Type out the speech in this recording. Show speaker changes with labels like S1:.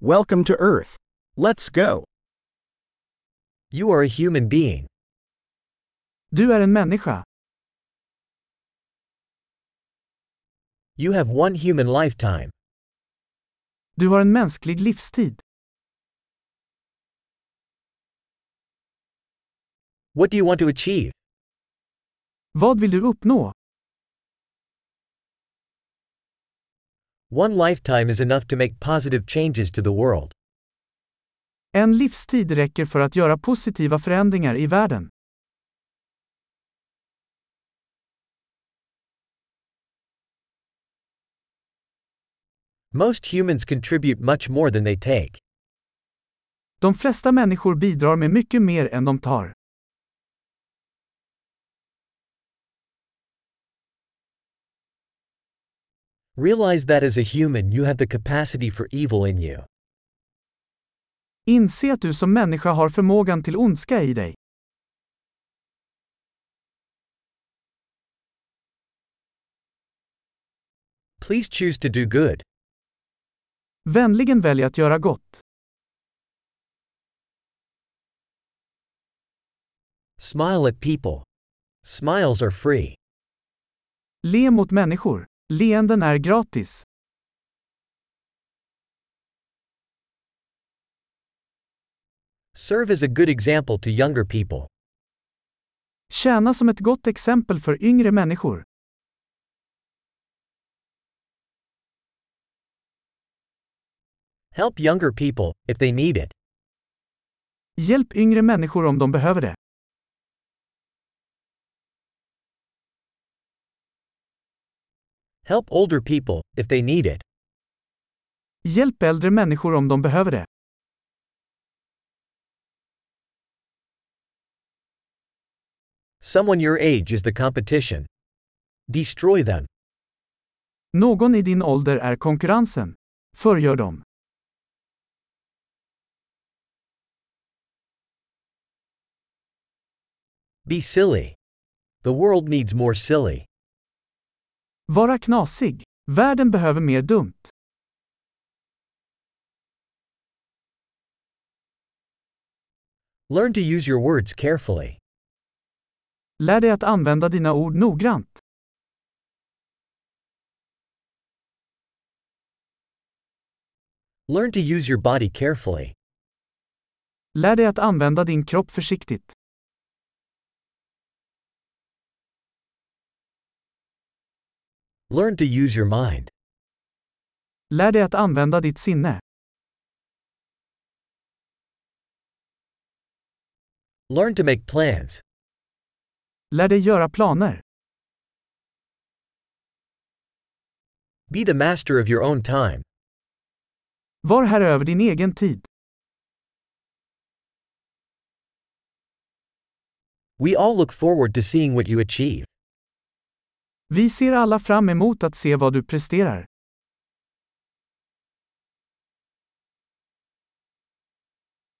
S1: Welcome to Earth. Let's go.
S2: You are a human being.
S3: Du är en människa.
S2: You have one human lifetime.
S3: Du har en mänsklig livstid.
S2: What do you want to achieve?
S3: Vad vill du uppnå?
S2: One lifetime is enough to make positive changes to the world.
S3: En livstid räcker för att göra positiva förändringar i världen.
S2: Most humans contribute much more than they take.
S3: De flesta människor bidrar med mycket mer än de tar.
S2: Realize that as a human you have the capacity for evil in you.
S3: Inse att du som människa har förmågan till ondska i dig.
S2: Please choose to do good.
S3: Vänligen välj att göra gott.
S2: Smile at people. Smiles are free.
S3: Le mot människor. Leenden är gratis.
S2: Serve as a good example to younger people.
S3: Tjäna som ett gott exempel för yngre människor.
S2: Help younger people if they need it.
S3: Hjälp yngre människor om de behöver det.
S2: Help older people if they need it.
S3: Hjälp äldre människor om de behöver det.
S2: Someone your age is the competition. Destroy them.
S3: Någon i din ålder är konkurrensen. Förgör dem.
S2: Be silly. The world needs more silly.
S3: Vara knasig. Världen behöver mer dumt.
S2: Learn to use your words carefully.
S3: Lär dig att använda dina ord noggrant.
S2: Learn to use your body carefully.
S3: Lär dig att använda din kropp försiktigt.
S2: Learn to use your mind.
S3: Lär dig att använda ditt sinne.
S2: Learn to make plans.
S3: Lär dig göra planer.
S2: Be the master of your own time.
S3: Var här över din egen tid.
S2: We all look forward to seeing what you achieve.
S3: Vi ser alla fram emot att se vad du presterar.